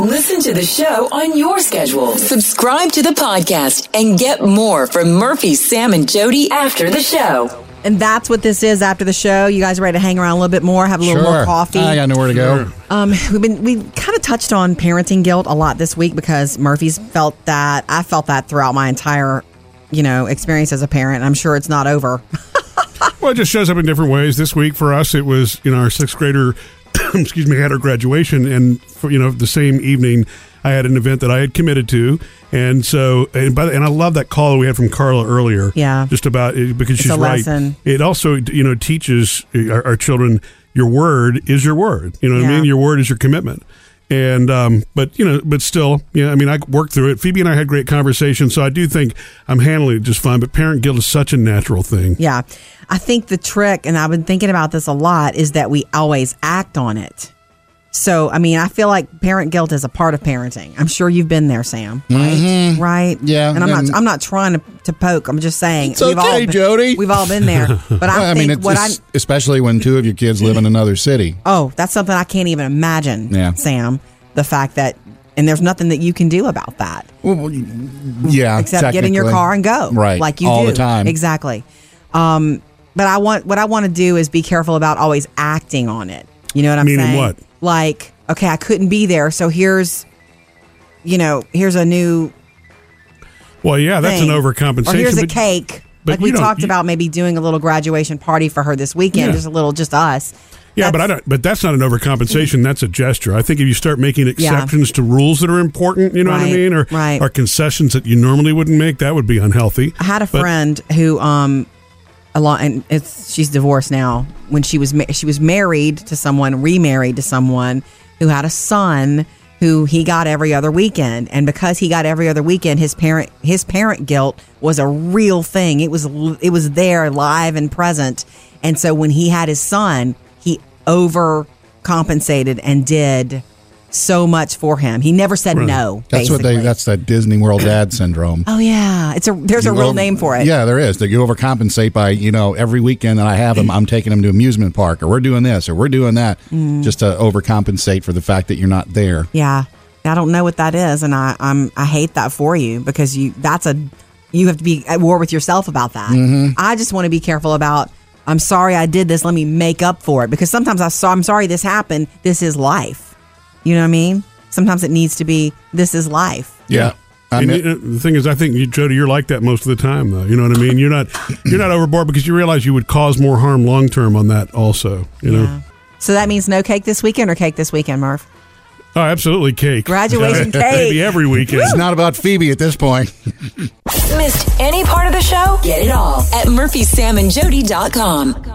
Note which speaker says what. Speaker 1: Listen to the show on your schedule.
Speaker 2: Subscribe to the podcast and get more from Murphy, Sam, and Jody after the show.
Speaker 3: And that's what this is after the show. You guys are ready to hang around a little bit more, have a little more coffee.
Speaker 4: I got nowhere to go.
Speaker 3: Um, we've been we kind of touched on parenting guilt a lot this week because Murphy's felt that I felt that throughout my entire, you know, experience as a parent. I'm sure it's not over.
Speaker 5: Well, it just shows up in different ways. This week for us, it was you know our sixth grader, excuse me, had her graduation, and for, you know the same evening, I had an event that I had committed to, and so and by the, and I love that call we had from Carla earlier,
Speaker 3: Yeah.
Speaker 5: just about it, because she's
Speaker 3: a
Speaker 5: right.
Speaker 3: lesson.
Speaker 5: It also you know teaches eh, our, our children your word is your word. You know what
Speaker 3: Yeah.
Speaker 5: I mean? Your word is your commitment. And um, but you know, but still, yeah. I mean, I worked through it. Phoebe and I had great conversations, so I do think I'm handling it just fine. But parent guilt is such a natural thing.
Speaker 3: yeah, I think the trick, and I've been thinking about this a lot, is that we always act on it. So, I mean, I feel like parent guilt is a part of parenting. I'm sure you've been there, Sam. Right? Right?
Speaker 4: Mm-hmm. Yeah,
Speaker 3: And I'm
Speaker 4: and-
Speaker 3: not. I'm not trying to, to poke. I'm just saying.
Speaker 4: It's okay,
Speaker 3: been,
Speaker 4: Jody.
Speaker 3: We've all been there. But I,
Speaker 4: I
Speaker 3: think
Speaker 4: mean, it's,
Speaker 3: what I
Speaker 4: it's- especially when two of your kids live in another city.
Speaker 3: Oh, that's something I can't even imagine,
Speaker 4: Yeah.
Speaker 3: Sam. The fact that, and there's nothing that you can do about that
Speaker 4: Well, well, yeah,
Speaker 3: except get in your
Speaker 4: technically.
Speaker 3: car and go,
Speaker 4: Right,
Speaker 3: Like you
Speaker 4: all
Speaker 3: do.
Speaker 4: the time.
Speaker 3: exactly. Um, but I want what I want to do is be careful about always acting on it. You know what I'm
Speaker 5: Meaning
Speaker 3: saying?
Speaker 5: what?
Speaker 3: Like, okay, I couldn't be there, so here's, you know, here's a new.
Speaker 5: Well, yeah, that's
Speaker 3: thing.
Speaker 5: an overcompensation.
Speaker 3: Or here's a
Speaker 5: but-
Speaker 3: cake.
Speaker 5: but
Speaker 3: like
Speaker 5: you
Speaker 3: we
Speaker 5: don't-
Speaker 3: talked
Speaker 5: you-
Speaker 3: about, maybe doing a little graduation party for her this weekend.
Speaker 5: Yeah.
Speaker 3: Just a little, just us.
Speaker 5: Yeah, but
Speaker 3: That's-
Speaker 5: I
Speaker 3: Mm.
Speaker 5: don't. But that's not an overcompensation. That's a gesture. I think if you start making
Speaker 3: Yeah.
Speaker 5: exceptions to rules that are important, you know what
Speaker 3: Right,
Speaker 5: I mean, or
Speaker 3: right.
Speaker 5: or concessions that you normally wouldn't make, that would be unhealthy.
Speaker 3: I had a
Speaker 5: But-
Speaker 3: friend who um a lot and it's she's divorced now. When she was ma- she was married to someone, remarried to someone who had a son who he got every other weekend and because he got every other weekend his parent his parent guilt was a real thing. It was l- it was there live and present. And so when he had his son, he overcompensated and did so much for him. He never said no.
Speaker 4: That's what they.
Speaker 3: basically.
Speaker 4: That's that Disney World dad syndrome.
Speaker 3: Oh yeah, it's a there's a
Speaker 4: You
Speaker 3: real
Speaker 4: over-
Speaker 3: name for it.
Speaker 4: Yeah, there is. That you overcompensate by you know every weekend that I have them, I'm taking them to amusement park, or we're doing this, or we're doing that,
Speaker 3: Mm.
Speaker 4: just to overcompensate for the fact that you're not there.
Speaker 3: Yeah. I don't know what that is and I I'm I hate that for you because you that's a you have to be at war with yourself about that. I just want to be careful about I'm sorry I did this, let me make up for it because sometimes I saw I'm sorry this happened, this is life. You know what I mean? Sometimes it needs to be this is life.
Speaker 4: Yeah, I
Speaker 5: And
Speaker 4: mean,
Speaker 5: you know, uh, the thing is, I think you, Jody, you're like that most of the time, though. You know what I mean? You're not you're not overboard because you realize you would cause more harm long term on that. Also, you know.
Speaker 3: Yeah. So that means no cake this weekend or cake this weekend, Murph?
Speaker 5: Oh, absolutely, cake.
Speaker 3: Graduation
Speaker 5: Maybe
Speaker 3: cake.
Speaker 5: every weekend.
Speaker 4: it's not about Phoebe at this point.
Speaker 2: Missed any part of the show? Get it all at murphysamandjody.com.